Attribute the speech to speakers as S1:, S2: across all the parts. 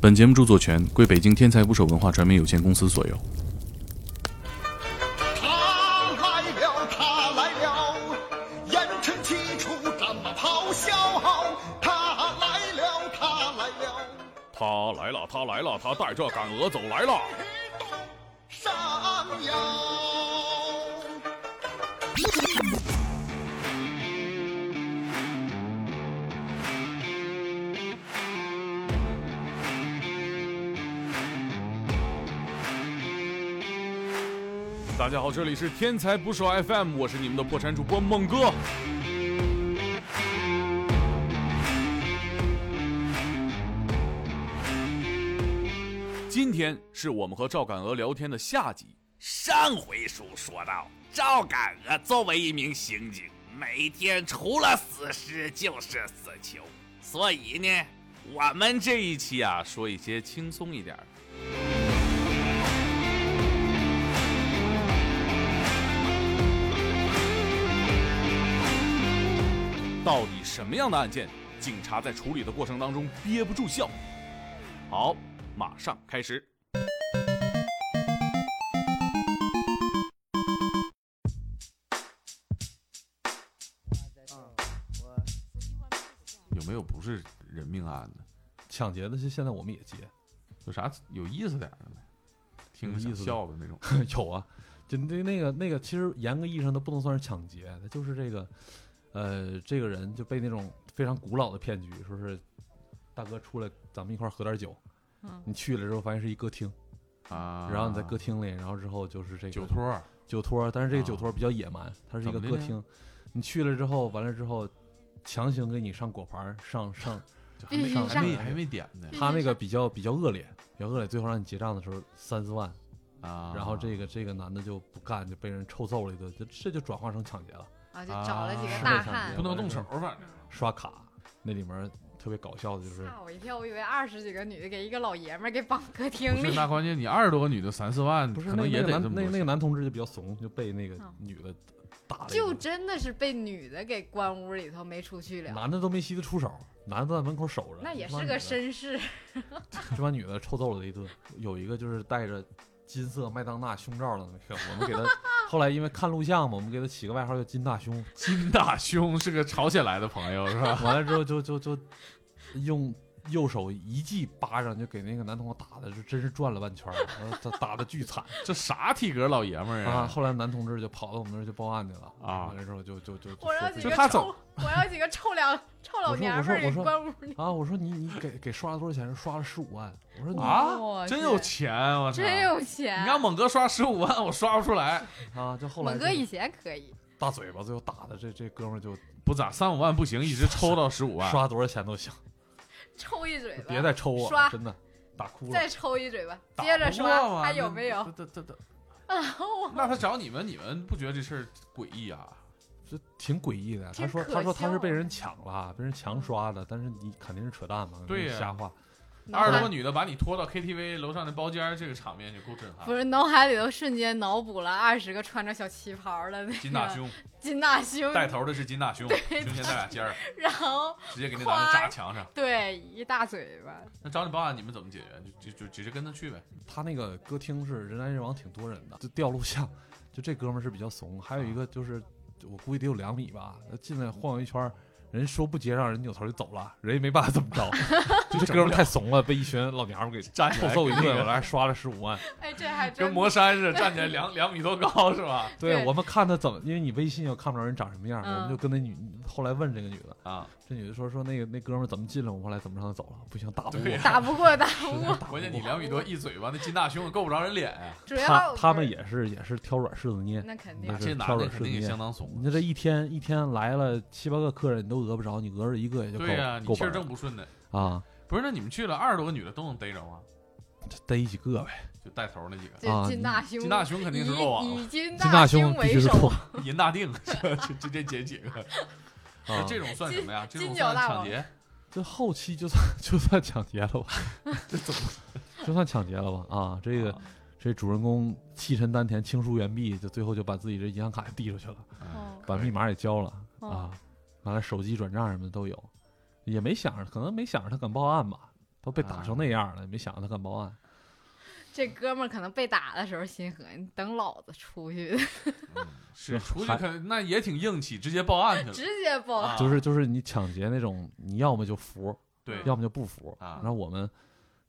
S1: 本节目著作权归北京天才捕手文化传媒有限公司所有。
S2: 他来了，他来了，烟尘起处怎么咆哮？他来了，他来了，
S3: 他来了，他来了，他带着赶鹅走来了。
S2: 上腰。
S3: 大家好，这里是天才捕手 FM，我是你们的破产主播猛哥。今天是我们和赵敢鹅聊天的下集。
S4: 上回书说到，赵敢鹅作为一名刑警，每天除了死尸就是死囚，所以呢，
S3: 我们这一期啊，说一些轻松一点儿的。到底什么样的案件，警察在处理的过程当中憋不住笑？好，马上开始。有没有不是人命案的？
S5: 抢劫的， 现现在我们也接，
S3: 有啥有意思点儿的没？听着
S5: 有
S3: 想
S5: 意思的
S3: 笑的那种。
S5: 有啊，就那那个那个，其实严格意义上它不能算是抢劫，它就是这个，呃，这个人就被那种非常古老的骗局，说是大哥出来，咱们一块儿喝点酒，
S6: 嗯
S5: 你去了之后发现是一歌厅，
S3: 啊，
S5: 然后你在歌厅里，然后之后就是这个
S3: 酒托儿
S5: 酒托儿，但是这个
S3: 啊
S5: 酒托儿比较野蛮，它是一个
S3: 怎么的
S5: 歌
S3: 呢
S5: 厅，你去了之后，完了之后，强行给你上果盘儿，上上
S3: 就还
S6: 必须
S3: 没还没
S5: 上
S3: 还没点呢
S5: 他那个比较比较恶劣，比较恶劣，最后让你结账的时候三四万。
S3: 啊，
S5: 然后这个这个男的就不干，就被人臭揍了一顿，这这就转化成抢劫了，
S6: 啊，就找了几个
S5: 啊
S6: 大
S5: 是的
S6: 汉
S3: 不，能动手，反正
S5: 刷卡。那里面特别搞笑的就是，
S6: 吓我一跳，我以为二十几个女的给一个老爷们儿给绑客
S3: 不
S6: 厅
S3: 是
S6: 里。
S3: 那关键你二十多个女的三四万，
S5: 不是
S3: 可
S5: 那
S3: 能也得
S5: 那个
S3: 这么
S5: 男那
S3: 多
S5: 那个
S3: 钱
S5: 男同志就比较怂，就被那个
S6: 嗯
S5: 女的打了一
S6: 就
S5: 顿，
S6: 真的是被女的给关屋里头没出去了，
S5: 男的都没稀得出手，男的在门口守着，
S6: 那也
S5: 这帮
S6: 是个
S5: 女的
S6: 绅士。
S5: 这帮女的臭揍了一顿。有一个就是戴着金色麦当娜胸罩的那个，我们给 他后来因为看录像嘛，我们给他起个外号叫金大胸。
S3: 金大胸是个朝鲜来的朋友是吧？
S5: 完了之后就就就用右手一记巴掌就给那个男同学打的，就真是转了半圈儿， 然后他打的 巨惨
S3: 这啥体格老爷们儿
S5: 啊！
S3: 啊？
S5: 后来男同志就跑到我们那儿就报案去了
S3: 啊
S5: 完了之后就就就就
S6: 我
S5: 说
S6: 让
S5: 这
S6: 几
S3: 就
S6: 个
S3: 他
S6: 臭
S3: 走，
S6: 我让几个臭老臭老娘们儿给关屋里。
S5: 啊，我说你你给给刷了多少钱？说刷了十五万。我说你啊
S3: 啊，
S6: 哇
S3: 真有钱，啊我操！
S6: 真有钱啊
S3: 你，让猛哥刷十五万，我刷不出来，
S5: 啊就后来
S6: 猛
S5: 就
S6: 哥以前可以，
S5: 大嘴巴，最后打的这这哥们儿就
S3: 不咋三五万不行，一直抽到十五万。
S5: 刷多少钱都行，
S6: 抽一嘴巴，
S5: 别再抽我
S6: 刷
S5: 了，真的打哭了
S6: 再。抽一嘴巴，
S3: 打
S6: 接着
S3: 不过
S6: 说
S3: 嘛
S6: 还有没有？？啊
S3: 这这这，那他找你们，你们不觉得这事儿诡异啊？
S5: 这挺诡异的。他
S6: 挺
S5: 说：“
S6: 可
S5: 他说他
S6: 笑
S5: 是被
S6: 的
S5: 人抢了，被人强刷的，但是你肯定是扯淡嘛，
S3: 对
S5: 那是
S3: 呀
S5: 瞎话。
S6: 脑
S3: 二十
S6: 海
S3: 多个女的把你拖到 KTV 楼上的包间儿，这个场面就够震撼
S6: 不。是脑海里头瞬间脑补了二十个穿着小旗袍的那个
S3: 金大胸
S6: 金大胸，
S3: 带头的是金大胸，胸前带俩尖儿，
S6: 然后
S3: 直接给那男的扎墙上。
S6: 对一大嘴巴，
S3: 那找你报案，啊你们怎么解决？就就就直接跟他去呗。
S5: 他那个歌厅是人来人往，挺多人的，就调录像。 就这哥们儿是比较怂，还有一个就是我估计得有两米吧，他进来晃悠一圈儿，人说不接，让人扭头就走了，人也没办法怎么着。就这哥们儿太怂了，被一群老娘们儿给
S3: 站
S5: 臭揍一顿，我还刷了十五万。
S6: 哎，这还
S3: 跟
S6: 真
S3: 魔山似的，站起来两两米多高是吧？
S5: 对
S6: 对
S5: 我们看他怎么，因为你微信又看不着人长什么样，
S6: 嗯
S5: 我们就跟那女后来问这个女的，
S3: 啊，
S5: 这女的说说那个那哥们儿怎么进来，我们后来怎么让他走了，不行打不过
S3: 对，
S6: 打不过打不
S5: 实在
S6: 过，
S5: 打不
S3: 关键你
S5: 过。
S3: 两米多一嘴巴，那金大胸够不着人脸啊呀。
S6: 主
S5: 他
S6: 要
S5: 他们
S6: 也
S5: 也是也是挑软柿子捏，
S6: 那肯定
S5: 那
S3: 啊
S5: 是
S3: 这男
S5: 挑
S3: 的
S5: 软
S3: 肯
S5: 柿
S3: 定也
S5: 子
S3: 相当怂。
S5: 你这一天一天来了七八个客人，你都讹不着，你讹着一个也就够
S3: 对呀，你
S5: 够
S3: 气儿
S5: 本
S3: 正
S5: 了
S3: 不顺的。
S5: 啊，
S3: 不是，那你们去了二十多个女的都能逮着吗？
S5: 这逮几个呗。
S3: 就带头那几个，
S5: 啊
S6: 这金大胸
S3: 金大胸肯定是落网
S6: 以
S3: 了，
S6: 以金
S5: 金大
S6: 胸
S5: 胸必须
S6: 为
S5: 是
S6: 首，啊
S5: 破
S3: 银大定 就直接解几个。
S5: 啊，
S3: 这种算什么呀？这
S6: 金
S3: 种
S6: 金角
S3: 算
S6: 大
S3: 抢
S6: 王
S3: 劫？
S5: 这后期就算就算抢劫了 吧，这怎么就算抢劫了吧？啊，这个
S3: 啊
S5: 这主人公气沉丹田，倾诉原毕，就最后就把自己这银行卡递出去了，
S3: 啊
S6: 哦
S5: 把密码也交了
S6: 哦
S5: 啊，完了手机转账什么的都有，也没想着，可能没想着他敢报案吧。都被打成那样了，你没想过他敢报案？
S6: 这哥们儿可能被打的时候心狠，你等老子出去，
S3: 嗯是出去
S5: 还
S3: 看那也挺硬气，直接报案去了。
S6: 直接报。
S3: 啊
S5: 就是就是你抢劫那种，你要么就服，
S3: 对
S5: 要么就不服。
S3: 啊
S5: 然后我们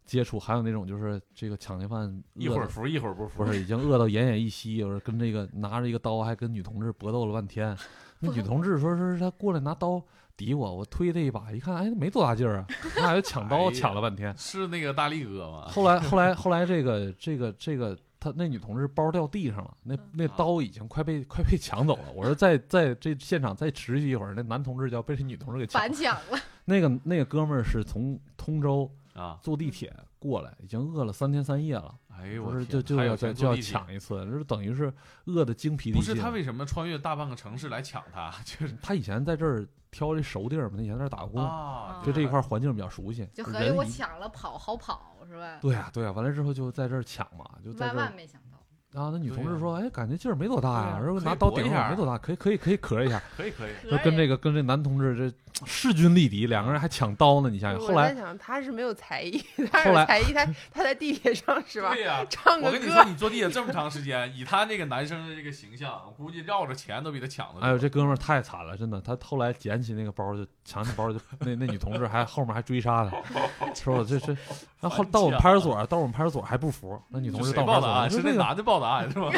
S5: 接触还有那种就是这个抢劫犯
S3: 一
S5: 饿
S3: 会儿
S5: 得
S3: 服一会儿不服
S5: 不，是已经饿到奄奄一息，有人跟这个拿着一个刀还跟女同志搏斗了半天。那女同志说说是她过来拿刀抵我，我推她一把，一看哎没多大劲儿啊，那还抢
S3: 哎
S5: 刀
S3: 呀
S5: 抢了半天。
S3: 是那个大力哥吗？
S5: 后来后来后来这个这个这个她那女同志包掉地上了，那那
S3: 啊
S5: 刀已经快被快被抢走了。我说再在这现场再持续一会儿，那男同志就要被这女同志给抢
S6: 反抢了，
S5: 那个那个哥们儿是从通州
S3: 啊，
S5: 坐地
S7: 嗯
S5: 铁过来，已经饿了三天三夜了，
S3: 哎呦
S5: 不
S3: 我
S5: 是
S3: 天
S5: 就就
S3: 还有
S5: 要就
S3: 钱
S5: 就
S3: 坐
S5: 要
S3: 地铁
S5: 抢一次，就是等于是饿的精疲力
S3: 不
S5: 尽。
S3: 是他为什么穿越大半个城市来抢他？就是
S5: 他以前在这儿挑这熟地儿嘛，他以前在这儿打
S7: 哦
S5: 工，
S3: 啊，
S5: 哦就这一块环境比较熟悉。
S6: 就合计
S5: 人
S6: 我
S5: 一
S6: 抢了跑好跑是吧？
S5: 对呀、对呀、啊完了之后就在这儿抢嘛，就在
S6: 万
S5: 这儿
S6: 万。没想到，
S5: 然后那女同
S3: 对
S5: 志
S3: 呀
S5: 说：“哎，感觉劲儿没多大呀，
S3: 对呀
S5: 然后
S3: 可以
S5: 拿刀
S3: 搏一
S5: 顶上
S3: 下
S5: 没多大，可以可以可以咳一 下。
S3: 可以可以”
S5: 就跟这
S6: 个
S5: 个跟这男同志这势均力敌，两个人还抢刀呢。你想想，
S7: 我
S5: 后来
S7: 在想他是没有才艺， 他
S5: 后
S7: 有
S5: 来
S7: 才艺，他他在地铁上是吧
S3: 对？呀。
S7: 唱
S3: 我
S7: 个
S3: 跟你说，
S7: 歌，
S3: 你坐地铁这么长时间，以他这个男生的这个形象，我估计绕着钱都比他抢的多。
S5: 哎呦，这哥们儿太惨了，真的。他后来捡起那个包就抢起包就那那女同志还后面还追 杀他，说我这是，然后到我们派出所，到我们派出所还不服，那女同
S3: 啊是
S5: 志
S3: 谁
S5: 到我
S3: 报
S5: 们
S3: 的
S5: 派
S3: 案？
S5: 出
S3: 是
S5: 所说
S3: 那
S5: 这个
S3: 男的报的案是 吧？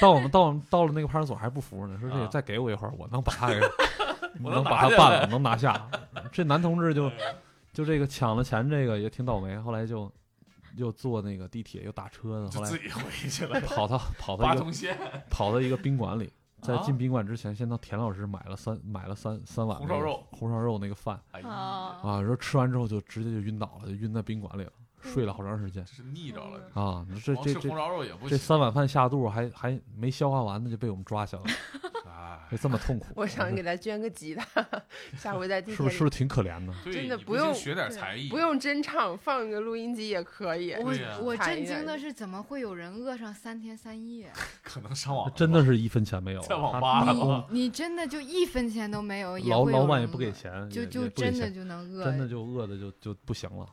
S5: 到我们到我们到了那个派出所还不服呢，说这
S3: 啊
S5: 个再给我一会儿，我能把他给
S3: 我
S5: 能
S3: 能
S5: 把他
S3: 拿下
S5: 办
S3: 来
S5: 了，能拿下。嗯这男同志就就这个抢了钱，这个也挺倒霉，后来就又坐那个地铁又打车呢，后
S3: 就
S5: 来
S3: 自己回去了。
S5: 跑到跑到
S3: 八
S5: 一个
S3: 通线，
S5: 跑到一个宾馆里，在
S3: 啊
S5: 进宾馆之前，先到田老师买了三买了三三碗
S3: 红
S5: 那
S3: 烧
S5: 个
S3: 肉
S5: 红烧肉那个饭
S3: 哎呀，
S6: 啊，
S5: 啊，然后吃完之后就直接就晕倒了，就晕在宾馆里了，睡了好长时间
S3: 这是腻着了。
S7: 嗯
S5: 啊。这
S3: 光
S5: 这
S3: 吃红
S5: 这
S3: 烧肉也不行，
S5: 这三碗饭下肚还还没消化完呢，就被我们抓起来了，
S3: 哎，
S5: 还这么痛苦。
S7: 我想
S5: 是
S7: 给他捐个吉他，下回在地
S5: 是
S7: 铁
S5: 不是是
S7: 里
S5: 不是挺可怜的？
S3: 对，
S7: 真的
S3: 你
S7: 不用
S3: 去学点才艺，
S7: 不用真唱，放个录音机也可以。
S6: 我
S3: 对呀
S6: 我
S7: 惨
S6: 震
S7: 一点
S6: 惊的是，怎么会有人饿上三天三夜？
S3: 可能上网了吧
S5: 真的是一分钱没有，
S3: 在网
S5: 他
S3: 吧
S5: 他
S3: 了
S5: 工
S3: 吧？
S6: 你真的就一分钱都没有，也
S5: 老
S6: 会有
S5: 老板
S6: 人
S5: 也不给
S6: 饿，
S5: 钱，
S6: 就
S5: 也
S6: 就
S5: 也不给
S6: 真的
S5: 钱
S6: 就能饿，
S5: 真的就饿的就就不行了。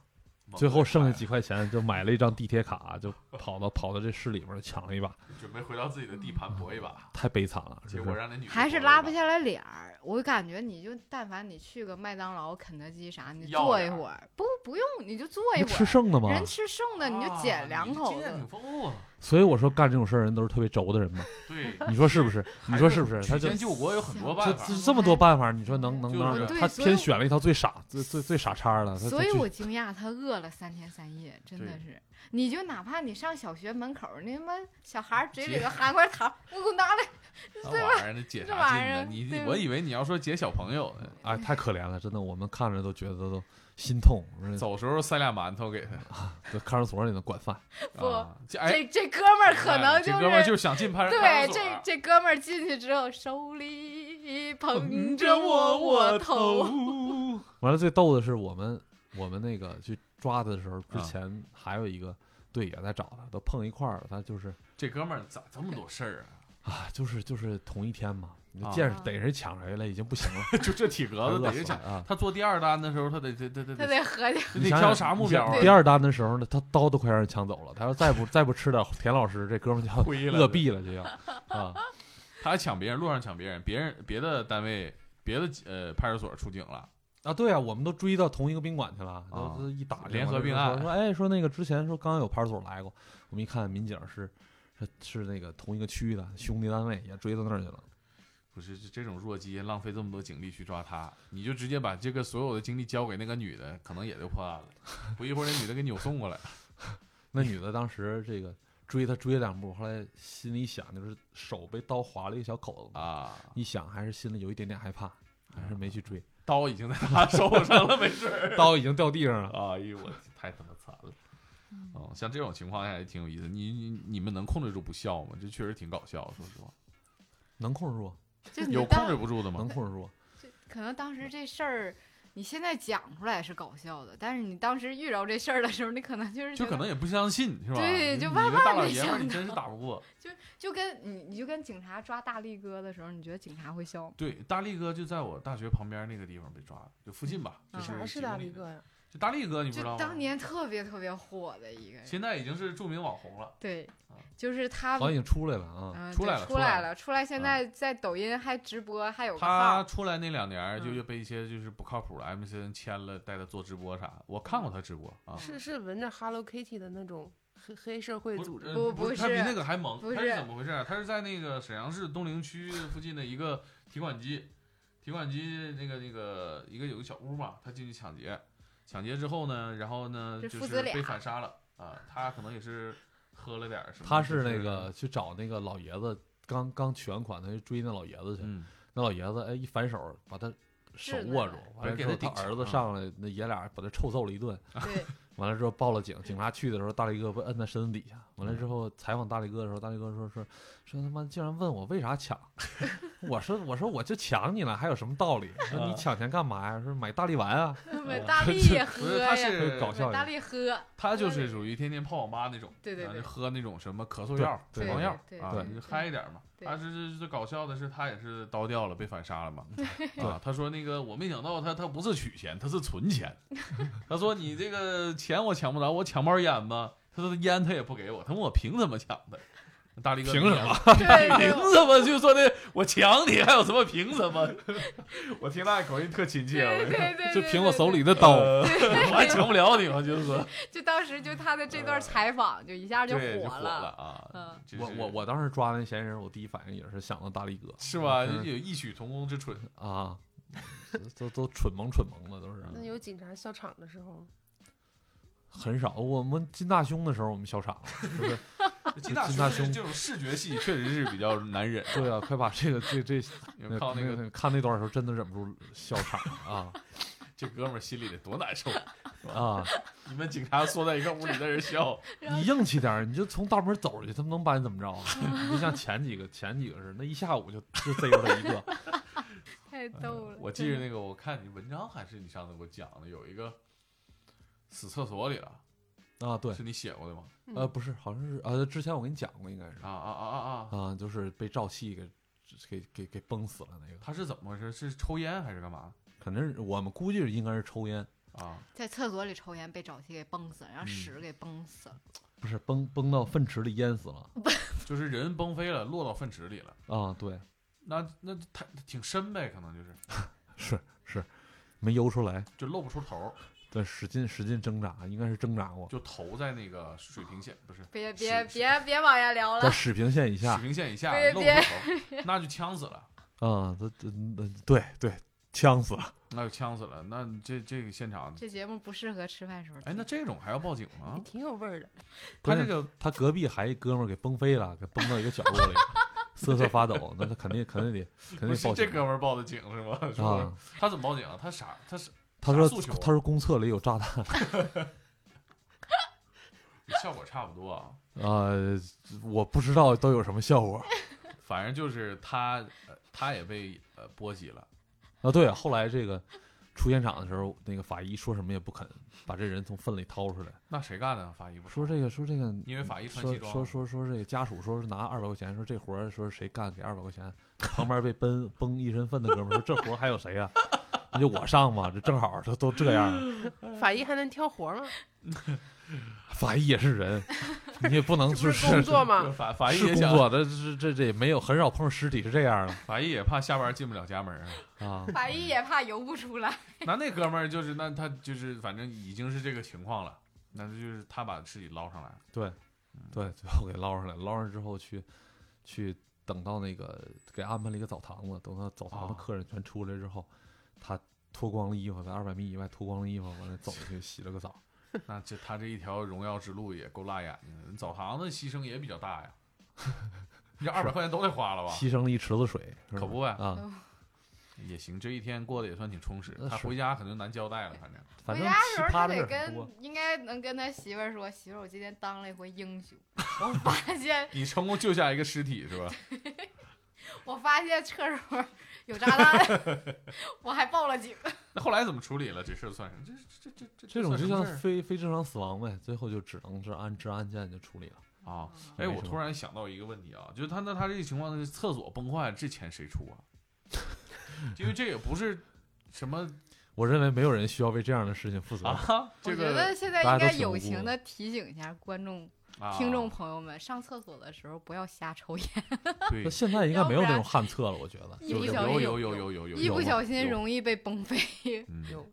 S3: 猛
S5: 最后剩下几
S3: 哎
S5: 块钱，就买了一张地铁卡，就跑到跑到这市里边儿抢了一把，
S3: 准备回到自己的地盘搏一把，
S5: 太悲惨了。
S3: 结
S5: 就
S3: 果
S5: 是
S3: 让那女的
S6: 还
S3: 搏
S6: 是
S3: 了一
S6: 拉
S3: 把
S6: 不下来脸儿。我感觉你就但凡你去个麦当劳、肯德基啥，你
S3: 要
S6: 坐一
S3: 点儿
S6: 会儿，不不用你就坐一
S5: 不
S6: 会
S5: 吃
S6: 儿，
S5: 剩的吗？
S6: 人吃剩的你就
S3: 啊
S6: 捡两口
S3: 你这
S6: 子
S3: 挺。丰富啊
S5: 所以我说干这种事儿人都是特别轴的 人嘛，
S3: 对，
S5: 你说是不是？你说是不是？
S3: 还
S5: 他
S3: 曲
S5: 就
S3: 线救国有很多办
S5: 这
S3: 法
S5: 这，这么多办法，你说能能
S3: 就
S5: 能
S3: 是
S5: 让
S6: 对
S5: 他
S6: 所以
S5: 偏
S6: 我
S5: 选了一条最傻、最最最傻叉的。他
S6: 所以
S5: 他就
S6: 我惊讶，他饿了三天三夜，真的
S3: 对
S6: 是。你就哪怕你上小学门口儿，那他妈小孩儿嘴里头含块糖，我给我拿来，
S3: 那玩意儿那啊解
S6: 这
S3: 啥
S6: 玩
S3: 劲
S6: 意
S3: 呢？
S6: 儿
S3: 你
S6: 对
S3: 我以为你要说解小朋友呢，
S5: 哎太可怜了，真的，我们看着都觉得都心痛。是
S3: 走时候塞俩馒头给他
S5: 在看守所里的管饭，
S6: 不
S3: 啊，这哎，
S6: 这这哥们儿可
S3: 哎
S6: 能
S3: 这
S6: 是
S3: 哥们儿就是想进派出派
S6: 对，
S3: 出所
S6: 这
S3: 啊
S6: 这哥们儿进去之后，手里捧
S3: 着
S6: 着
S3: 我
S6: 窝窝
S3: 我
S6: 头，
S3: 头，
S5: 完了最逗的是我们我们那个去抓他的时候，
S3: 啊
S5: 之前还有一个队也在找他，都碰一块儿了。他就是
S3: 这哥们儿咋这么多事儿啊？
S5: 啊，就是就是同一天嘛，你
S3: 啊
S5: 见着逮谁抢谁了，已经不行了，
S3: 就这体格子，
S5: 饿
S3: 得
S5: 死
S3: 是
S5: 了
S3: 想
S5: 啊！
S3: 他做第二单的时候，他得得得得
S6: 他
S3: 得
S6: 得合计，
S3: 得挑啥目标啊？
S5: 第二单的时候呢，他刀都快让人抢走了。他要再不再不吃点田老师，这哥们就要
S3: 亏了
S5: 饿毙了，就要啊！
S3: 他还抢别人，路上抢别人，别人别的单位、别的呃派出所出警了，
S5: 啊，对啊，我们都追到同一个宾馆去了，
S3: 啊
S5: 都都一打听
S3: 联合
S5: 完了
S3: 并
S5: 就说
S3: 案
S5: 说哎，说那个之前说刚有派出所来过，我们一看民警是是是那个同一个区的兄弟单位，也追到那儿去了。
S3: 不是这这种弱鸡，浪费这么多警力去抓他，你就直接把这个所有的精力交给那个女的，可能也就破案了。不一会儿，那女的给扭送过来，
S5: 那女的当时这个追他追了两步，后来心里想就是手被刀划了一个小口子，
S3: 啊，
S5: 一想还是心里有一点点害怕，还是没 去追，
S3: 刀已经在他 手上了，没事儿。
S5: 刀已经掉地上了。
S3: 哎呦我太他妈惨了。
S6: 嗯
S3: 哦，像这种情况下也挺有意思。你你你们能控制住不笑吗？这确实挺搞笑，说实话。
S5: 能控制住，
S6: 就你
S3: 有控制
S6: 当
S3: 不住的
S5: 能
S3: 吗？
S5: 控制住。
S6: 可能当时这事儿。你现在讲出来是搞笑的，但是你当时遇着这事儿的时候，你可能就是
S3: 就
S6: 觉
S3: 可
S6: 得
S3: 能也不相信，是吧？
S6: 对
S3: 你
S6: 就
S3: 你
S6: 万
S3: 这大
S6: 万
S3: 老
S6: 没
S3: 爷们儿，
S6: 想
S3: 你真是打不过。
S6: 就跟你你就跟警察抓大力哥的时候，你觉得警察会笑吗？
S3: 对，大力哥就在我大学旁边那个地方被抓的，就附近吧。
S6: 嗯
S3: 就是
S7: 啥是
S3: 几公
S7: 大
S3: 里
S7: 力
S3: 的
S7: 哥呀？
S3: 就大力哥，你不知道
S6: 就
S3: 吗？
S6: 当年特别特别火的一个人。
S3: 现在已经是著名网红了。
S6: 对
S3: 啊，
S6: 就是他
S5: 好像已经出来了啊，
S6: 嗯，
S3: 出来
S6: 对
S3: 了
S6: 出
S3: 出来
S6: 来
S3: 了嗯
S6: 了，出来。现在在抖音还直播，还有个
S3: 他啊
S6: 号，
S3: 出来那两年儿就
S6: 嗯
S3: 又被一些就是不靠谱的 MCN 签了，带他做直播啥。
S6: 嗯
S3: 我看过他直播啊，
S7: 是是闻着 Hello Kitty 的那种黑黑社会
S3: 不
S7: 组织
S3: 呃
S6: 不
S3: 不
S6: 不
S3: 他比
S6: 是
S3: 那个还萌。
S6: 不
S3: 他是
S6: 是
S3: 怎么回事儿？他是在那个沈阳市东陵区附近的一个提款机，提款机那个那个一个有个小屋嘛，他进去抢劫，抢劫之后呢，然后呢
S6: 这
S3: 就
S6: 父
S3: 是
S6: 子俩
S3: 被反杀了啊。他可能也是喝了点儿什么。
S5: 他是
S3: 就
S5: 那个去找那个老爷子，刚刚取完款，他去追那老爷子去，
S3: 嗯，
S5: 那老爷子哎一反手把他手
S6: 制
S5: 握
S6: 住
S5: 住
S6: 了，
S5: 完了
S3: 给
S5: 之后
S3: 他
S5: 他
S3: 顶上
S5: 儿子
S3: 啊
S5: 上来，那爷俩把他臭揍了一顿，
S6: 对，
S5: 完了之后报了警，警察去的时候，大力哥被摁在身子底下。完了
S3: 嗯
S5: 之后采访大力哥的时候，大力哥说说说他妈竟然问我为啥抢， 我说我说我就抢你了，还有什么道理？说
S3: 嗯
S5: 你抢钱干嘛呀？说买大力丸啊，
S6: 买 大力也
S3: 哦不
S6: 喝
S3: 是，他
S6: 呀，
S3: 是
S5: 搞笑
S6: 买大 力喝，
S3: 他就是属于天天泡网吧那种，
S6: 对对
S3: 啊
S6: 对
S3: 就喝那种什么咳嗽药、止
S5: 对
S3: 疼药
S6: 对对
S3: 啊
S5: 对，
S3: 你就
S6: 对
S3: 嗨一点嘛。
S6: 对
S3: 他是是最搞笑的是，他也是刀掉了，被反杀 了嘛。
S5: 对
S3: 啊，他说那个我没想到他他不是取钱，他是存 钱。他说你这个钱我抢不着，我抢包烟吧。他说烟他也不给我，他问我凭什么抢的？大力哥
S5: 凭什么？
S6: 对
S3: 凭
S6: 对
S3: 什么就说的我抢你还有什么凭什么？我听那口音特亲 切，
S6: 对对对，
S5: 就
S6: 对
S5: 凭我
S6: 对
S5: 手
S6: 对
S5: 里的刀，
S3: 呃我还抢不了你嘛，就是说
S6: 就当时就他的这段采访就一下就
S3: 对就
S6: 火
S3: 了
S6: 了，
S3: 啊。
S6: 嗯，
S3: 就是
S5: 我我我当时抓那嫌疑人，我第一反应也是想到大力哥
S3: 是吧？
S5: 嗯
S3: 有异曲同工之 处。
S5: 啊，都都蠢萌蠢萌的都是。
S7: 那有警察笑场的时候，
S5: 很少，我们金大胸的时候我们笑场了，对不对？
S3: 金大
S5: 金大
S3: 兄
S5: 兄
S3: 这种视觉系确实是比较难忍。
S5: 对啊，快把这个 这这
S3: 靠那个
S5: 个看那段的时候，真的忍不住笑场 了
S3: 这哥们儿心里得多难受，
S5: 啊啊！
S3: 你们警察缩在一个屋里在这 笑，
S5: 你硬气点儿，你就从大门走出去，他们能把你怎么着啊？ 你就像前几个前几个似的，那一下午就就逮着他一个。
S6: 太逗了。
S3: 我记着那个，我看你文章还是你上次给我讲的，有一个死厕所里了，
S5: 啊， 对，
S3: 是你写过的吗？
S5: 呃，不是，好像是呃，之前我跟你讲过，应该是
S3: 啊啊啊啊啊！
S5: 啊，就是被赵气给给给给崩死了那个，
S3: 他是怎么回事？是抽烟还是干嘛？
S5: 肯定是我们估计应该是抽烟，
S3: 啊，
S6: 在厕所里抽烟被沼气给崩死了，让屎给崩死了。
S5: 不是崩崩到粪池里淹死了
S3: 就是人崩飞了，落到粪池里了。
S5: 啊，对，
S3: 那那他挺深呗，可能就是
S5: 是是，没游出来，
S3: 就露不出头，
S5: 但使劲使劲挣扎，应该是挣扎过，
S3: 就头在那个水平线，不是
S6: 别
S3: 是
S6: 别
S3: 是
S6: 别别往下聊
S5: 在
S6: 了，
S5: 水平线以
S3: 水
S5: 下，
S3: 平线以下
S6: 别
S3: 露
S6: 别
S3: 出头，那就呛死了，
S5: 啊，他他对对，呛死了，
S3: 那就呛死了。那这这个现场，
S6: 这节目不适合吃饭时候听。
S3: 哎，那这种还要报警吗
S5: 啊
S7: 也？挺有味儿的。
S3: 他
S5: 关
S3: 这
S5: 键
S3: 个
S5: 他隔壁还一哥们儿给崩飞了，给崩到一个角落里，瑟瑟发抖，那他肯定肯定得肯
S3: 不
S5: 定
S3: 是
S5: 报
S3: 这
S5: 警
S3: 哥们儿报的警是吗？是不是
S5: 啊！
S3: 他怎么报警啊？他啥？他是
S5: 他
S3: 啥
S5: 说
S3: 诉求啊
S5: 他说公厕里有炸弹，
S3: 效果差不多啊，
S5: 呃，我不知道都有什么效果
S3: 反正就是他呃他也被呃波及了。
S5: 啊。对，后来这个出现场的时候，那个法医说什么也不肯把这人从粪里掏出来，
S3: 那谁干的？法医不
S5: 说这个说这个，
S3: 因为法医穿
S5: 说
S3: 西装
S5: 说说说这个家属说是拿二百块钱，说这活儿说是谁干给二百块钱，旁边被崩崩一身粪的哥们儿说这活儿还有谁呀、那就我上吧，这正好这都这样了，
S7: 法医还能挑活吗？
S5: 法医也是人，你也不能
S7: 这不
S5: 就是
S7: 工作
S3: 这
S7: 吗？
S3: 法法医
S5: 是
S3: 也
S5: 工
S3: 想，
S5: 作的，这这这也没有很少碰尸体是这样的
S3: 法医也怕下班进不了家门啊。
S5: 啊。
S6: 法医也怕游不出来，
S3: 那那哥们儿就是，那他就是，反正已经是这个情况了。那就是他把尸体捞上来，
S5: 对，对，最后给捞上来，捞上之后去去等到那个给安排了一个澡堂子，等到澡堂
S3: 哦
S5: 的客人全出来之后，他脱光了衣服，在二百米以外脱光了衣服，完了走进去洗了个澡。
S3: 那这他这一条荣耀之路也够辣眼睛的。澡堂子牺牲也比较大呀，你这二百块钱都得花了吧？
S5: 牺牲了一池子水，是
S3: 可
S5: 吧
S3: 不呗
S5: 啊，
S3: 也行，这一天过得也算挺充实。
S5: 那
S3: 他
S5: 是
S3: 回家可能难交代了，反正
S5: 反
S6: 回
S5: 正
S6: 家的
S5: 奇
S6: 时候
S5: 葩
S6: 他
S5: 的事
S6: 得
S5: 儿很多。
S6: 跟应该能跟他媳妇儿说，媳妇儿，我今天当了一回英雄，我发现
S3: 你成功救下一个尸体是吧？
S6: 我发现厕所有炸弹， 我还报了警。
S3: 那后来怎么处理了？这事儿算什么？这这这这
S5: 这种
S3: 算
S5: 就
S3: 什么
S5: 像
S3: 事儿
S5: 非非正常死亡呗，最后就只能是按治安件就处理了。
S3: 啊！ 哎，
S5: 没
S3: 我
S5: 什
S3: 突
S5: 么
S3: 然想到一个问题啊，就是他那他这个情况，厕所崩坏，这钱谁出啊？因为这也不是什么
S5: 我认为没有人需要为这样的事情负责。
S3: 啊，这
S6: 我觉
S3: 个
S6: 得现在
S5: 大
S6: 应该
S5: 家都挺无
S6: 友
S5: 辜
S6: 情的
S5: 的
S6: 提醒一下观众、
S3: 啊
S6: 听众朋友们，上厕所的时候不要瞎抽烟，
S3: 对
S5: 那，现在应该没有这种旱厕了，我觉得。
S6: 一
S5: 就
S6: 不
S5: 是
S6: 小
S3: 有
S6: 心
S3: 有有有有有，
S6: 一不小心
S3: 有
S6: 容易被崩飞。
S3: 嗯
S7: 有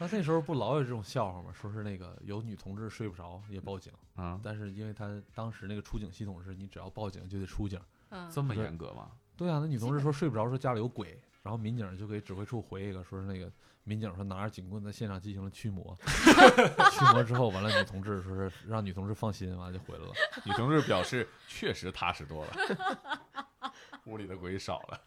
S5: 那那时候不老有这种笑话吗？说是那个有女同志睡不着也报警，
S3: 啊，
S5: 但是因为她当时那个出警系统是你只要报警就得出警。
S6: 嗯，
S3: 这么严格吗？
S5: 对啊，那女同志说睡不着，说家里有鬼，然后民警就给指挥处回一个，说是那个民警说拿着警棍在现场进行了 驱魔，驱魔之后完了，女同志说是让女同志放心，完了就回来了。
S3: 女同志表示确实踏实多了， 屋里的鬼少了。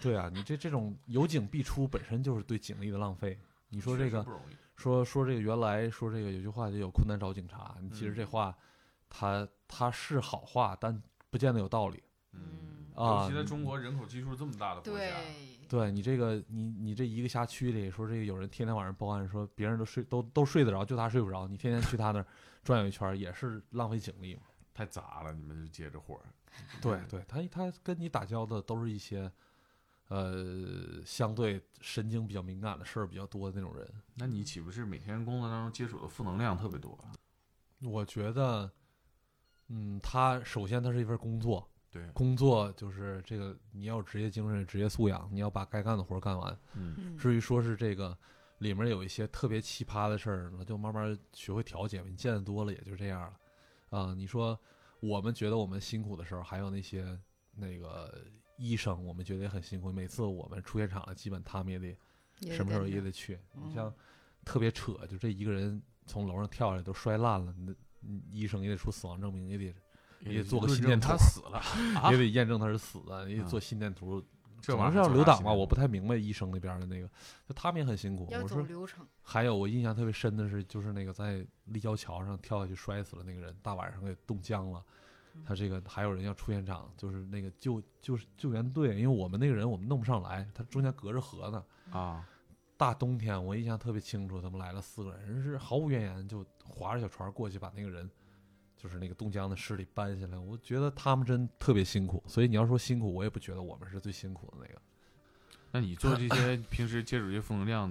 S5: 对啊，你这这种有警必出本身就是对警力的浪费。你说这
S3: 确
S5: 个
S3: 实不容易，
S5: 说说这个原来说这个有句话就有困难找警察，你
S3: 嗯
S5: 其实这话，它它是好话，但不见得有道理
S3: 嗯，
S5: 啊。
S3: 尤其在中国人口基数这么大的国
S6: 对
S3: 家，，
S5: 对你这个，你你这一个辖区里说这个有人天天晚上报案，说别人都睡都都睡得着，就他睡不着，你天天去他那 儿转悠一圈儿，也是浪费警力嘛。
S3: 太杂了，你们就接着嗯火。
S5: 对对，他他跟你打交道都是一些，呃，相对神经比较敏感的事儿比较多的那种人。
S3: 那你岂不是每天工作当中接触的负能量特别多？啊
S5: 我觉得，嗯，他首先他是一份工作，
S3: 对，
S5: 工作就是这个你要有职业精神、职业素养，你要把该干的活儿干完。
S3: 嗯，
S6: 嗯，
S5: 至于说是这个里面有一些特别奇葩的事儿，那就慢慢学会调解吧。你见得多了也就这样了。啊、你说我们觉得我们辛苦的时候，还有那些那个医生，我们觉得也很辛苦。每次我们出现场了，基本他们也得
S6: 也
S5: 什么时候
S6: 得
S5: 也
S6: 那
S5: 得去。你
S6: 嗯
S5: 像特别扯，就这一个人从楼上跳下来都摔烂了，那嗯医生也得出死亡证明，也得、也得做个心电图
S3: 他死了，啊
S5: 也得验证他是死的，也得
S3: 嗯
S5: 做心电图。
S3: 这
S5: 可能
S3: 玩意
S5: 是
S3: 儿
S5: 要
S3: 做
S5: 留
S3: 啥
S5: 档
S3: 心
S5: 吧，
S3: 电
S5: 我
S3: 图
S5: 不太明白医生那边的那个，就他们也很辛苦。
S6: 要
S5: 我
S6: 走
S5: 说
S6: 流程，
S5: 还有我印象特别深的是，就是那个在立交桥上跳下去摔死了那个人，大晚上给冻僵了。
S6: 嗯
S5: 他这个还有人要出现场，就是那个救就是救援队，因为我们那个人我们弄不上来，他中间隔着河呢。
S3: 啊，
S5: 大冬天，我印象特别清楚，他们来了四个人，是毫无怨言就划着小船过去把那个人，就是那个冻僵的尸体搬下来。我觉得他们真特别辛苦，所以你要说辛苦，我也不觉得我们是最辛苦的那个。
S3: 那你做这 些平时接触这些负能量，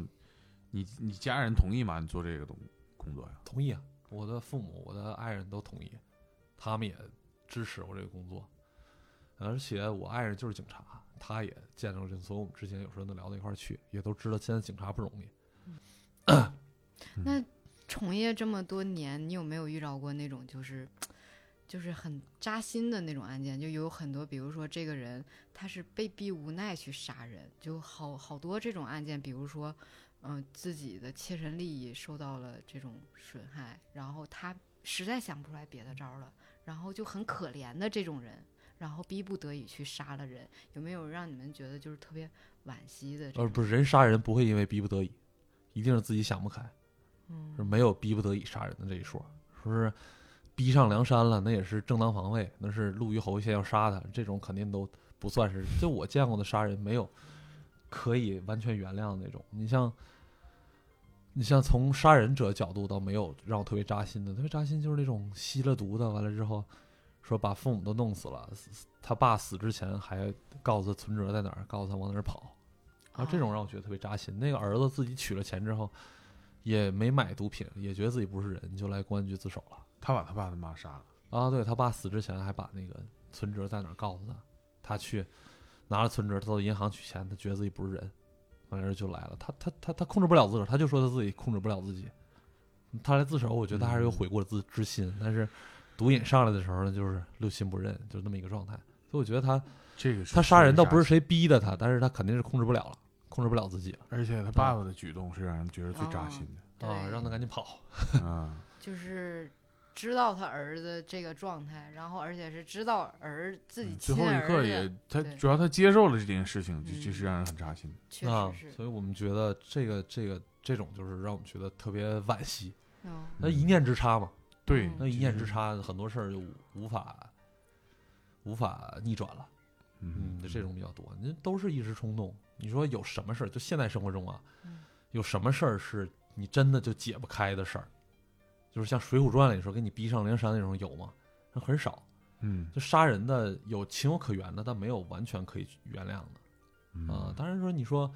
S3: 你你家人同意吗？你做这个东工作呀？
S5: 同意啊，我的父母、我的爱人都同意，他们也支持我这个工作，而且我爱人就是警察，他也见证了这个，所以我们之前有时候能聊到一块儿去，也都知道现在警察不容易。
S6: 从业这么多年，你有没有遇到过那种就是，就是很扎心的那种案件？就有很多，比如说这个人他是被逼无奈去杀人，就好好多这种案件，比如说，嗯、自己的切身利益受到了这种损害，然后他实在想不出来别的招儿了，然后就很可怜的这种人。然后逼不得已去杀了人，有没有让你们觉得就是特别惋惜的这种？
S5: 呃，不是人杀人不会因为逼不得已，一定是自己想不开，
S6: 嗯
S5: 是没有逼不得已杀人的这一说，说是逼上梁山了，那也是正当防卫，那是陆虞侯先要杀他，这种肯定都不算是。就我见过的杀人，没有可以完全原谅的那种。你像，你像从杀人者角度倒没有让我特别扎心的，特别扎心就是那种吸了毒的，完了之后说把父母都弄死了，死死他爸死之前还告诉他存折在哪儿，告诉他往哪儿跑。啊，这种让我觉得特别扎心。那个儿子自己取了钱之后，也没买毒品，也觉得自己不是人，就来公安局自首了。
S3: 他把他爸他妈杀了，
S5: 啊，对他爸死之前还把那个存折在哪儿告诉他，他去拿着存折，他到银行取钱，他觉得自己不是人，完事儿就来了。他他他他控制不了自个儿，他就说他自己控制不了自己。他来自首，我觉得他还是有悔过之之心，但是毒瘾上来的时候呢，就是六亲不认，就那么一个状态。所以我觉得他
S3: 这个
S5: 他杀人倒不是
S3: 是，
S5: 谁逼的他，但是他肯定是控制不了了，控制不了自己了。
S3: 而且他爸爸的举动是让人觉得最扎
S6: 哦
S3: 心
S5: 啊，
S6: 对
S5: 让他赶紧跑。
S3: 的啊。
S6: 就是知道他儿子这个状态，然后而且是知道儿自己
S3: 嗯最
S6: 亲
S3: 后一
S6: 儿
S3: 刻
S6: 子，
S3: 也，他
S6: 对
S3: 主要他接受了这件事情，就
S6: 嗯
S3: 这是让人很扎心。
S6: 确
S5: 啊
S6: 实是，
S5: 所以我们觉得这个这个这种就是让我们觉得特别惋惜。
S6: 嗯，
S5: 那一念之差嘛，
S3: 对，
S5: 那一念之差，很多事儿就无无法无法逆转了。
S3: 嗯
S5: 嗯，，这种比较多，那都是一时冲动。你说有什么事儿？就现在生活中啊
S6: 嗯，
S5: 有什么事儿是你真的就解不开的事儿？就是像《水浒传》里说给你逼上梁山那种有吗？那很少。
S3: 嗯
S5: 就杀人的有情有可原的，但没有完全可以原谅的。
S3: 嗯
S5: 呃啊、当然说你说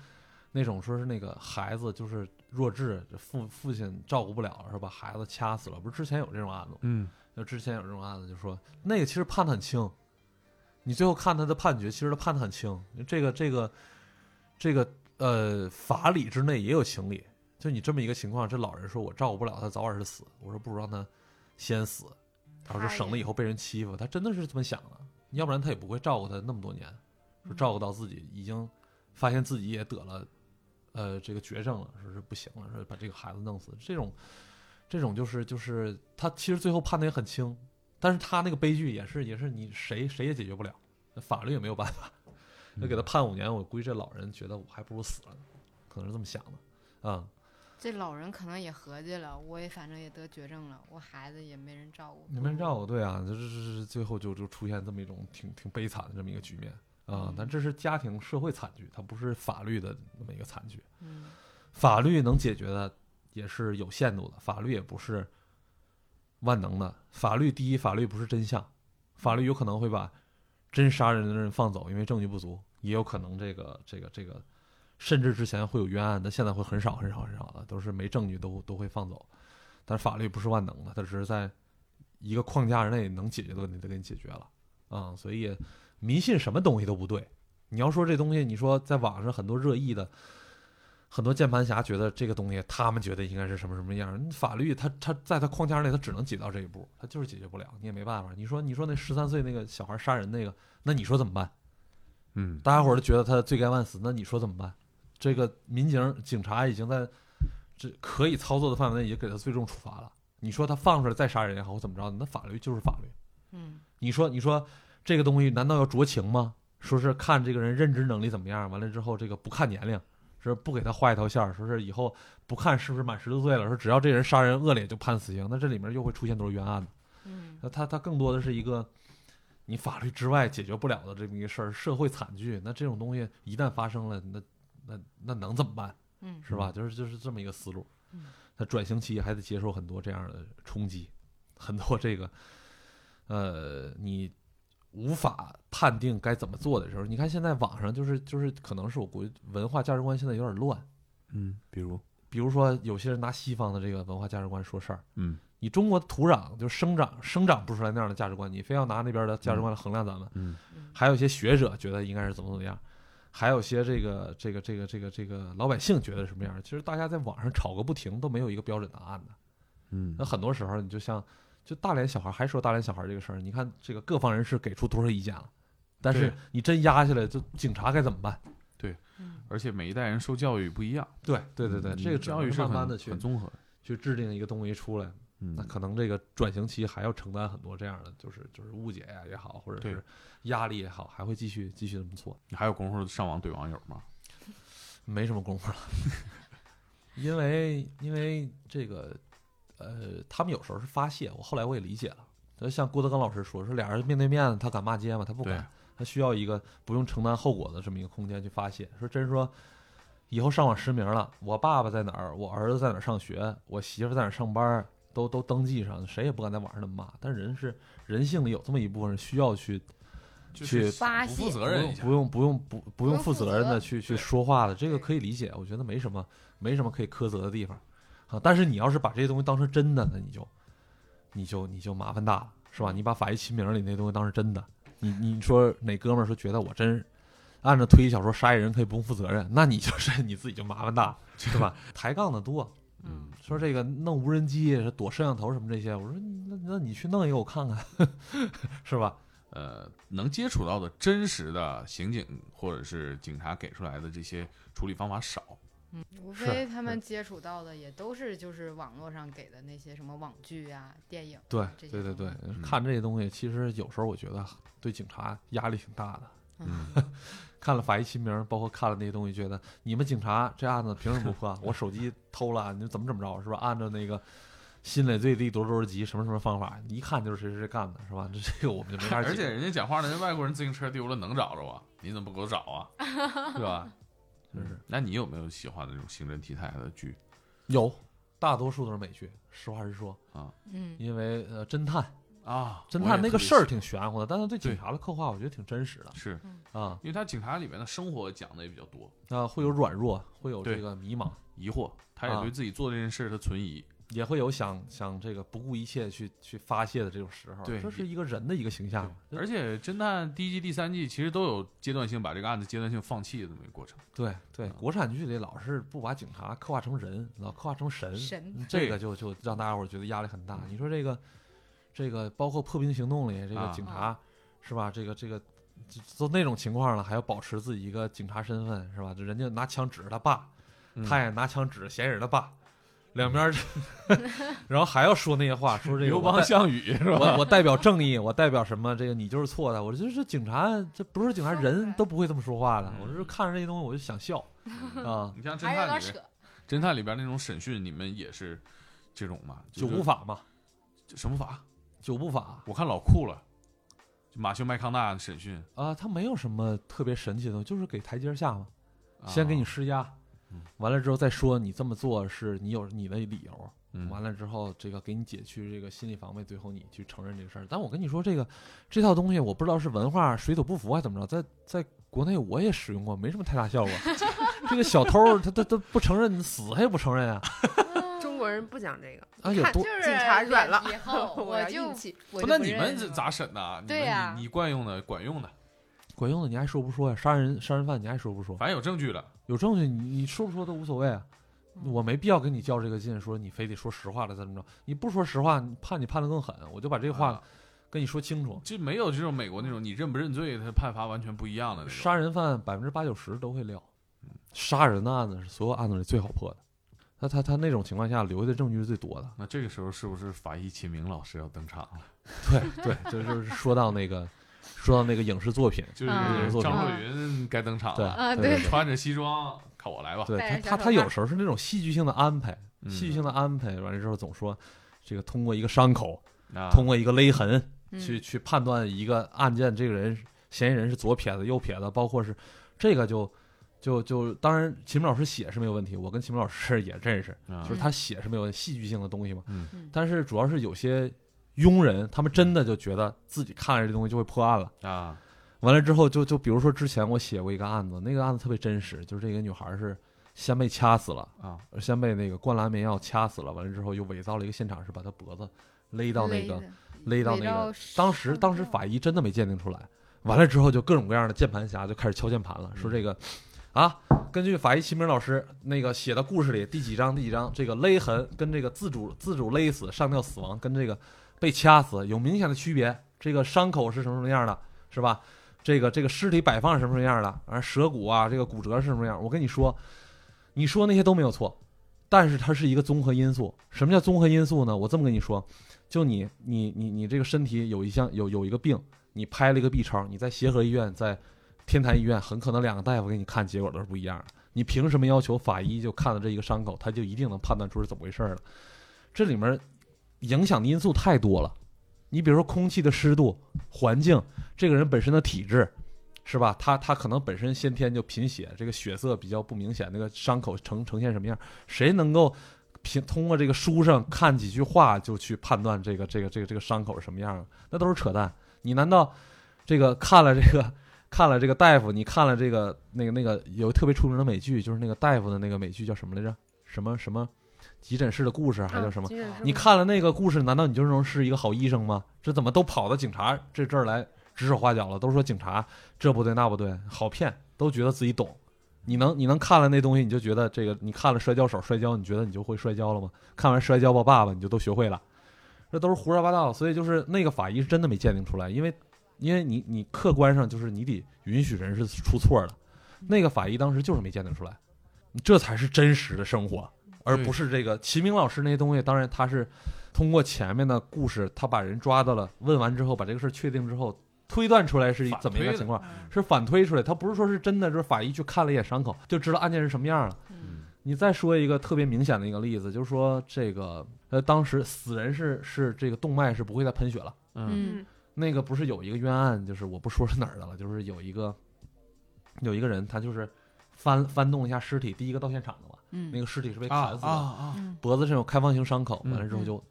S5: 那种说是那个孩子就是弱智，父父亲照顾不了，是吧？孩子掐死了，不是之前有这种案子吗？
S3: 嗯，
S5: 就之前有这种案子，就说那个其实判的很轻，你最后看他的判决，其实他判的很轻。这个这个这个呃，法理之内也有情理。就你这么一个情况，这老人说我照顾不了他，早晚是死。我说不如让他先死，然后就
S6: 他
S5: 省得
S6: 也
S5: 以后被人欺负。他真的是这么想的，要不然他也不会照顾他那么多年，说照顾到自己已经发现自己也得了呃这个绝症了，说是不行了，说把这个孩子弄死。这种这种就是就是他其实最后判的也很轻，但是他那个悲剧也是也是你谁谁也解决不了，法律也没有办法。那给他判五年，我估计这老人觉得我还不如死了呢，可能是这么想的啊、
S6: 这老人可能也合计了，我也反正也得绝症了，我孩子也没人照顾，
S5: 你们照顾对啊，这这这这最后就就出现这么一种挺挺悲惨的这么一个局面啊、
S6: 嗯
S5: 但这是家庭社会惨剧，它不是法律的那么一个惨剧。
S6: 嗯，
S5: 法律能解决的也是有限度的，法律也不是万能的。法律第一，法律不是真相，法律有可能会把真杀人的人放走，因为证据不足，也有可能这个这个这个，甚至之前会有冤案，但现在会很少很少很少了，都是没证据都都会放走。但是法律不是万能的，它只是在一个框架之内能解决的问题，它给你解决了啊、所以也迷信什么东西都不对。你要说这东西，你说在网上很多热议的，很多键盘侠觉得这个东西，他们觉得应该是什么什么样儿。法律它它在它框架内，它只能解到这一步，它就是解决不了，你也没办法。你说你说那十三岁那个小孩杀人那个，那你说怎么办？
S1: 嗯，
S5: 大家伙儿都觉得他罪该万死，那你说怎么办？这个民警警察已经在这可以操作的范围内，已经给他最重处罚了。你说他放出来再杀人也好，或怎么着，那法律就是法律。
S6: 嗯
S5: 你说，你说这个东西难道要酌情吗？说是看这个人认知能力怎么样，完了之后这个不看年龄，说不给他画一条线儿，说是以后不看是不是满十六岁了，说只要这人杀人恶劣就判死刑，那这里面又会出现多少冤案呢？
S6: 嗯
S5: 那它它更多的是一个你法律之外解决不了的这么一个事儿，社会惨剧。那这种东西一旦发生了，那那那能怎么办？
S6: 嗯，
S5: 是吧？就是就是这么一个思路
S6: 嗯。
S5: 他转型期还得接受很多这样的冲击，很多这个，呃，你无法判定该怎么做的时候，你看现在网上就是就是，可能是我国文化价值观现在有点乱，
S1: 嗯，比如
S5: 比如说有些人拿西方的这个文化价值观说事儿，
S1: 嗯，
S5: 你中国土壤就生长生长不出来那样的价值观，你非要拿那边的价值观来衡量咱们，
S1: 嗯
S6: 嗯
S5: 还有一些学者觉得应该是怎么怎么样，还有些这个这个这个这个这个老百姓觉得什么样，其实大家在网上吵个不停都没有一个标准答案的。
S1: 嗯
S5: 那很多时候你就像就大连小孩还说大连小孩这个事儿，你看这个各方人士给出多少意见了，但是
S1: 对
S5: 你真压下来，就警察该怎么办？
S1: 而且每一代人受教育不一样，
S5: 对对对对，
S1: 嗯
S5: 这个只
S1: 教
S5: 能
S1: 育是
S5: 慢
S1: 很
S5: 慢的去
S1: 很综合的，
S5: 去制定一个东西出来，
S1: 嗯
S5: 那可能这个转型期还要承担很多这样的，就是就是误解呀也好，或者
S1: 对
S5: 是压力也好，还会继续继续这么做，
S3: 嗯
S1: 你还有功夫上网怼网友吗？
S5: 没什么功夫了， 因为因为这个，呃，他们有时候是发泄，我后来我也理解了。就像郭德纲老师说，说俩人面对面，他敢骂街吗？他不
S1: 对
S5: 敢，他需要一个不用承担后果的这么一个空间去发泄。说真说，以后上网实名了，我爸爸在哪儿，我儿子在哪儿上学，我媳妇儿在哪儿上班，都都登记上，谁也不敢在网上那么骂。但是人是人性里有这么一部分人需要去
S3: 就是
S5: 去
S6: 发
S3: 嗯不
S6: 泄
S3: 负责
S5: 不
S3: 任
S5: 用
S3: 一下
S5: 不，用不用不不用
S6: 不用
S5: 负
S6: 负
S5: 责任的
S6: 责
S5: 去去
S3: 对
S5: 说话的，这个
S6: 对
S5: 可以理解，我觉得没什么没什么可以苛责的地方啊。但是你要是把这些东西当成真的，那你就你就你就麻烦大了，是吧？你把法医秦明里那东西当成真的，你你说哪哥们儿说觉得我真按照推理小说杀一人可以不用负责任，那你就是 你自己就麻烦大了，是吧？抬杠的多，
S6: 嗯
S5: 说这个弄无人机、躲摄像头什么这些，我说那那你去弄一个我看 看，是吧？
S1: 呃，能接触到的真实的刑警或者是警察给出来的这些处理方法少，
S6: 嗯，无
S5: 是
S6: 非他
S5: 是
S6: 们接触到的也都是就是网络上给的那些什么网剧啊、电影啊
S5: 对
S6: 这些
S5: 对对对
S6: 东西，
S1: 嗯
S5: 看这些东西，其实有时候我觉得对警察压力挺大的。
S6: 嗯
S5: 看了《法医秦明》，包括看了那些东西，觉得你们警察这案子凭什么不 破？我手机偷了，你们怎么怎么着？是吧？按照那个新累罪第多少多少级什么什么方法，你一看就是谁谁谁干的，是吧？这这个我们就没法
S3: 而
S5: 解
S3: 且
S5: 释。
S3: 人家讲话呢，人外国人自行车丢了能找着啊？你怎么不给我找啊？ 对吧？
S5: 就是
S1: 那你有没有喜欢的这种刑侦题材的剧？
S5: 有大多数都是美剧，实话实说，
S6: 嗯
S5: 因为呃，侦探
S1: 啊，
S5: 侦
S1: 我也
S5: 探那
S1: 特
S5: 个
S1: 别
S5: 事儿
S1: 喜
S5: 挺玄乎的，但是对警
S1: 对
S5: 察的刻画，我觉得挺真实的
S1: 是
S5: 啊
S1: 因为他警察里面的生活讲的也比较多，
S5: 啊，会有软弱，会有
S1: 对
S5: 这个迷茫，
S1: 疑惑，他也
S5: 啊
S1: 对自己做这件事儿他存疑，
S5: 也会有想想这个不顾一切去去发泄的这种时候，
S1: 对
S5: 这是一个人的一个形象，
S1: 对而且侦探第一季、第三季其实都有阶段性把这个案子阶段性放弃的这么一个过程。
S5: 对对，国产剧里老是不把警察刻画成人，老刻画成神，
S6: 神
S5: 嗯这个就就让大家伙儿觉得压力很大。你说这个，这个包括《破冰行动》里这个
S1: 啊
S5: 警察、是吧？这个这个就都那种情况了，还要保持自己一个警察身份是吧？这人家拿枪指着他爸，嗯他也拿枪指着嫌疑人的爸，两边儿， 然后还要说那些话，说这个
S1: 刘
S5: 我
S1: 邦
S5: 代
S1: 嗯项羽 是吧？
S5: 我我代表正义，我代表什么？这个你就是错的。我就是警察，这不是警察，
S8: 说不
S5: 人
S8: 来
S5: 都不会这么说话的。
S1: 嗯
S5: 我就是看着这些东西，我就 想笑啊，
S1: 你
S3: 嗯
S1: 像侦
S8: 还是有
S1: 探
S8: 点
S1: 里面，
S8: 扯，
S1: 侦探里边那种审讯，你们也是这种嘛？
S5: 九
S1: 是
S5: 步法嘛，
S1: 什么法？
S5: 九步法
S1: 我看老酷了，就马修麦康纳审讯，
S5: 啊，它没有什么特别神奇的东西，就是给台阶下嘛，先给你
S1: 啊，
S5: 施压
S1: 嗯，
S5: 完了之后再说你这么做是你有你的理由，
S1: 嗯
S5: 完了之后，这个给你解去这个心理防备，最后你去承认这个事儿。但我跟你说，这个这套东西，我不知道是文化水土不服还是怎么着，在在国内我也使用过，没什么太 大效果。这个小偷儿他他他不承认，死他也不承认啊
S7: 中国人不讲这个，
S5: 啊！有
S7: 看
S5: 多
S8: 就是
S7: 警察软了
S8: 以后
S7: 我
S8: 我
S7: 要
S8: 就
S7: 硬气。
S8: 我
S1: 不
S8: 就
S1: 那
S8: 不
S1: 你
S8: 认
S1: 们
S8: 了
S1: 这咋审呐？你
S8: 对
S1: 们
S8: 呀
S1: 你你惯用的、管用的，
S5: 管用的，你爱说不说呀？杀人杀人犯你爱说不说？
S1: 反正有证据了，
S5: 有证据你你说不说都无所谓啊。
S7: 嗯
S5: 我没必要跟你较这个劲，说你非得说实话了怎么着？你不说实话，你判你判的更狠，我就把这话
S1: 啊
S5: 跟你说清楚。
S1: 就没有这种美国那种你认不认罪，他判罚完全不一样的那种。
S5: 杀人犯百分之八九十都会撂，杀人的案子是所有案子里最好破的。他他他那种情况下留下的证据是最多的。
S1: 那这个时候是不是法医秦明老师要登场了？
S5: 对对，这就是说到那个，说到那个影视作品，
S1: 就是
S8: 嗯
S6: 啊
S1: 张若昀嗯该登场
S5: 对
S1: 了，
S6: 啊
S5: 对
S1: 穿着西装，看我来吧。
S5: 对，
S8: 戴
S5: 对
S8: 着
S5: 他
S8: 小手套
S5: 他他有时候是那种戏剧性的安排，
S1: 嗯
S5: 戏剧性的安排完了之后总说，这个通过一个伤口，
S1: 啊
S5: 通过一个勒痕，
S6: 嗯
S5: 去去判断一个案件，这个人是嫌疑人是左撇子、右撇子，包括是这个就就就，当然秦明老师写是没有问题，我跟秦明老师也认识，
S1: 啊
S5: 就是他写是没有问题戏剧性的东西嘛。
S1: 嗯
S6: 嗯
S5: 但是主要是有些庸人，他们真的就觉得自己看着这东西就会破案了。
S1: 啊，
S5: 完了之后就就比如说之前我写过一个案子，那个案子特别真实，就是这个女孩是先被掐死了
S1: 啊，
S5: 先被那个灌篮棉药掐死了，完了之后又伪造了一个现场，是把她脖子勒到那
S6: 勒
S5: 个嗯
S6: 的嗯
S5: 勒到
S6: 围
S5: 那
S6: 绕
S5: 个，当时当时法医真的没鉴定出来，完了之后就各种各样的键盘侠就开始敲键盘了，说这个啊，根据法医秦明老师那个写的故事里第几章第几章，这个勒痕跟这个自主自主勒死上吊死亡跟这个被掐死有明显的区别，这个伤口是什么什么样的，是吧？这个这个尸体摆放是什么什么样的，而舌骨啊，这个骨折是什么样？我跟你说，你说那些都没有错，但是它是一个综合因素。什么叫综合因素呢？我这么跟你说，就你你你你这个身体有一项有有一个病，你拍了一个 B 超，你在协和医院在天坛医院，很可能两个大夫给你看结果都是不一样的。你凭什么要求法医就看到这一个伤口，他就一定能判断出是怎么回事儿了？这里面影响的因素太多了。你比如说空气的湿度、环境，这个人本身的体质，是吧？他他可能本身先天就贫血，这个血色比较不明显，那个伤口呈呈现什么样，谁能够凭通过这个书上看几句话就去判断这个这个这个这个伤口是什么样？啊那都是扯淡。你难道这个看了这个 看了这个大夫，你看了这个那个那个有特别出名的美剧，就是那个大夫的那个美剧叫什么来着？什么什么急诊室的故事还叫什么？啊
S7: 啊精神是
S5: 你
S7: 不是
S5: 看了那个故事，难道你就能是一个好医生吗？这怎么都跑到警察这这儿来指手画脚了？都说警察这不对那不对，好骗，都觉得自己懂。你能你能看了那东西，你就觉得这个你看了摔跤手摔跤，你觉得你就会摔跤了吗？看完摔跤吧爸爸，你就都学会了，这都是胡说八道。所以就是那个法医是真的没鉴定出来，因为因为你你客观上就是你得允许人是出错的，那个法医当时就是没鉴定出来，这才是真实的生活，而不是这个齐明老师那些东西。当然他是通过前面的故事，他把人抓到了，问完之后把这个事儿确定之后，推断出来是一
S1: 反
S5: 怎么一个
S1: 推的
S5: 情况，是反推出来，他不是说是真的，就是法医去看了一眼伤口就知道案件是什么样了。
S6: 嗯
S5: 你再说一个特别明显的一个例子，就是说这个呃，当时死人是是这个动脉是不会再喷血了。
S6: 嗯
S5: 那个不是有一个冤案，就是我不说是哪儿的了，就是有一个有一个人，他就是翻翻动了一下尸体，第一个到现场的嘛，
S6: 嗯
S5: 那个尸体是被
S1: 啊
S5: 砍死的，
S1: 啊啊！
S6: 嗯
S5: 脖子上有开放性伤口，
S1: 嗯
S5: 完了之后就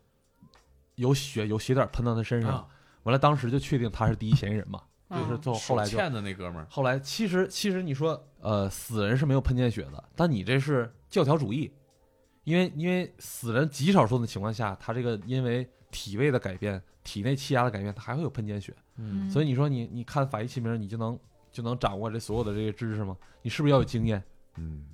S5: 有血有血点喷到他身上，
S9: 啊
S5: 完了当时就确定他是第一嫌疑人嘛，
S6: 嗯
S5: 嗯就是最后后来就
S9: 手欠的那哥们儿，
S5: 后来其实其实你说呃死人是没有喷溅血的，但你这是教条主义，因为因为死人极少数的情况下，他这个因为体位的改变、体内气压的改变，他还会有喷溅血。
S9: 嗯
S5: 所以你说你你看法医秦明，你就能就能掌握这所有的这些知识吗？你是不是要有经验？
S3: 嗯，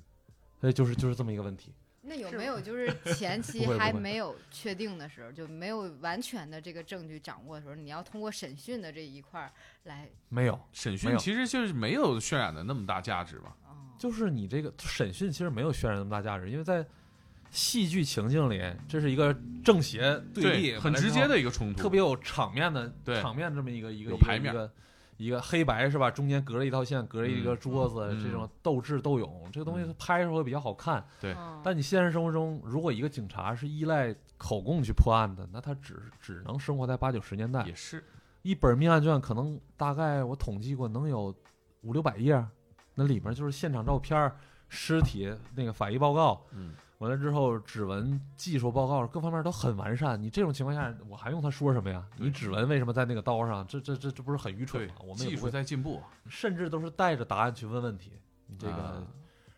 S5: 所以就是就是这么一个问题。
S6: 那有
S7: 是
S6: 没有就是前期
S5: 不会不
S6: 还
S5: 会
S6: 没有确定的时候，就没有完全的这个证据掌握的时候，你要通过审讯的这一块儿来，
S5: 没有，
S3: 审
S5: 没
S3: 讯
S5: 有
S3: 其实就是没有渲染的那么大价值吧？
S6: 哦，
S5: 就是你这个审讯其实没有渲染那么大价值，因为在戏剧情境里，这是一个正邪对立，
S3: 很直接
S5: 的。
S3: 的一个冲突，
S5: 特别有场面的，
S3: 对
S5: 场面这么一个一个
S3: 有
S5: 一个
S3: 排面
S5: 一个一个黑白是吧？中间隔着一道线，隔着一个桌子，
S3: 嗯
S5: 这种斗智斗勇，这个东西
S3: 嗯
S5: 拍出来会比较好看。
S3: 对
S6: 哦
S5: 但你现实生活中，如果一个警察是依赖口供去破案的，那他只只能生活在八九十年代。
S3: 也是
S5: 一本命案卷可能大概我统计过能有五六百页儿，那里面就是现场照片儿、尸体那个法医报告，
S3: 嗯，
S5: 完了之后指纹技术报告各方面都很完善。你这种情况下，我还用他说什么呀？
S3: 对
S5: 你指纹为什么在那个刀上？这这这这不是很愚蠢
S3: 对
S5: 吗？我，们也
S3: 技
S5: 不
S3: 术
S5: 会，
S3: 在进步，
S5: 甚至都是带着答案去问问题。你这个
S3: 啊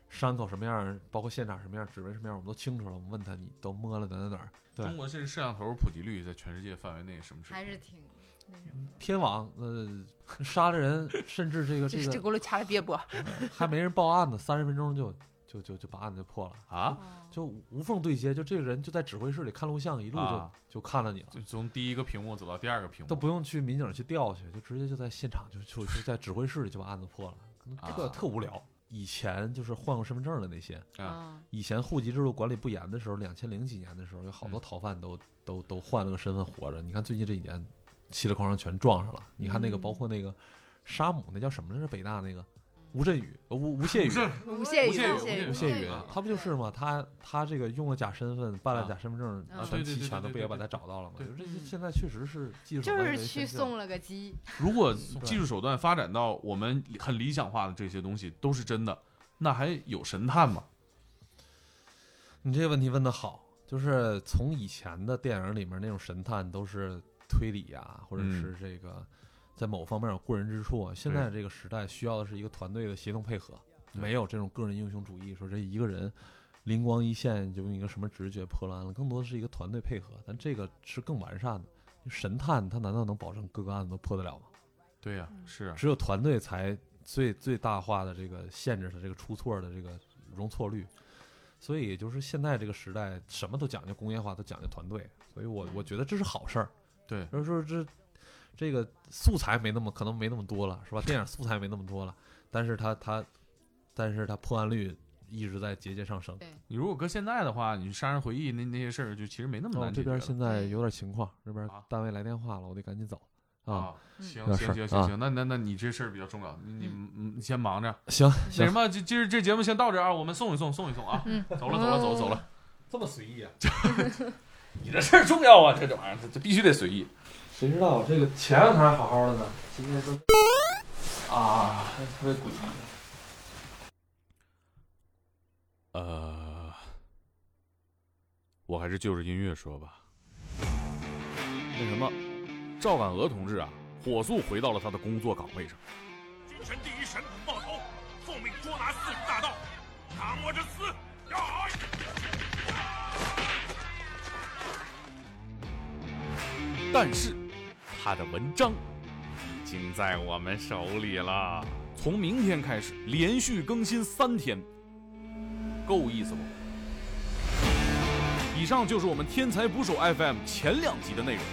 S5: 伤口什么样儿，包括现场什么样儿，指纹什么样儿，我们都清楚了。我们问他，你都摸了哪哪哪儿？对
S3: 中国甚至摄像头普及率在全世界范围内什么水
S6: 还
S3: 平？
S6: 是挺那什么的。
S5: 天网，呃， 杀了人，甚至这个
S7: 这
S5: 这
S7: 这
S5: 个
S7: 轱辘掐了别播，
S5: 还没人报案呢，三十分钟就就就就把案子就破了，
S3: 啊，
S6: 哦
S5: 就无缝对接，就这个人就在指挥室里看录像，一路就、
S3: 啊
S5: 就看到你了，
S3: 就从第一个屏幕走到第二个屏幕，
S5: 都不用去民警去调去，就直接就在现场就就就在指挥室里就把案子破了，这个
S3: 啊
S5: 特无聊。以前就是换过身份证的那些，
S6: 啊，
S5: 以前户籍制度管理不严的时候，两千零几年的时候，有好多
S3: 嗯
S5: 逃犯都、都都换了个身份活着。你看最近这几年，稀里哐啷全撞上了。你看那个，
S6: 嗯
S5: 包括那个沙姆，那叫什么来着？北大那个吴镇宇，呃吴吴谢宇，
S7: 无限
S3: 无
S7: 宇
S3: 限宇
S7: 宙，
S3: 无限宇
S5: 吴谢宇
S3: 啊，
S5: 他不就是吗？他他这个用了假身份，办了假身份证
S6: 啊，
S3: 对
S5: 全
S3: 对
S5: 齐
S3: 对
S5: 全的，
S3: 对
S5: 不也
S3: 对
S5: 把
S3: 对
S5: 他找到了吗？
S3: 对
S5: 就是这
S6: 嗯
S5: 现在确实是技术
S6: 就
S5: 完
S6: 是
S5: 全
S6: 去
S5: 先进
S6: 送了个鸡，
S3: 如果技术手段发展到我们很理想化的这些东西都是真的，那还有神探吗？
S5: 你这个问题问的好，就是从以前的电影里面那种神探都是推理呀、或者是这个在某方面有过人之处啊。现在这个时代需要的是一个团队的协同配合，
S3: 对
S5: 没有这种个人英雄主义，说这一个人灵光一现就用一个什么直觉破了案了，更多的是一个团队配合，但这个是更完善的。神探他难道能保证各个案子都破得了吗？
S3: 对呀、
S6: 嗯
S3: 是啊，
S5: 只有团队才最最大化的这个限制它这个出错的这个容错率。所以，也就是现在这个时代，什么都讲究工业化，都讲究团队。所以我我觉得这是好事儿。
S3: 对
S5: 就是说这这个素材没那么可能没那么多了，是吧？电影素材没那么多了，但是它它但是它破案率一直在节节上升。
S3: 你如果搁现在的话，你杀人回忆那那些事儿就其实没那么
S5: 哦
S3: 难，
S5: 这
S3: 解决了、嗯
S5: 边现在有点情况，这边
S3: 啊
S5: 单位来电话了，我得赶紧走啊。
S3: 啊，
S6: 嗯
S3: 行
S5: 有
S3: 行
S5: 事
S3: 行
S5: 儿
S3: 行
S5: 啊
S3: 行，那那那你这事儿比较重要，你你
S6: 嗯
S3: 你先忙着。
S5: 行
S3: 那
S5: 行
S3: 什，么，这今儿这节目先到这儿啊，我们送一送，送一送啊，
S6: 嗯
S3: 走了走了走了走了，
S5: 这么随 意啊？
S3: 你这事儿重要啊，这这玩意儿这这必须得随意。
S5: 谁知道我这个前两天还好好的呢，今天都啊，特别诡异。
S3: 呃，我还是就着音乐说吧。那什么，赵敢娥同志啊，火速回到了他的工作岗位上。
S10: 军臣第一神冒头，奉命捉拿四十大盗，拿我之死！呀！
S3: 但是，
S10: 他的文章已经在我们手里了。
S3: 从明天开始，连续更新三天，够意思不？以上就是我们天才捕手 FM 前两集的内容。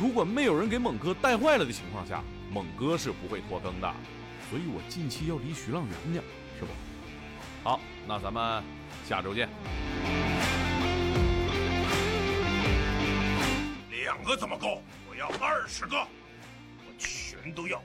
S3: 如果没有人给猛哥带坏了的情况下，猛哥是不会拖更的，所以我近期要离徐浪远点儿，是不？好，那咱们下周见。
S10: 两个怎么够？我要二十个，我全都要。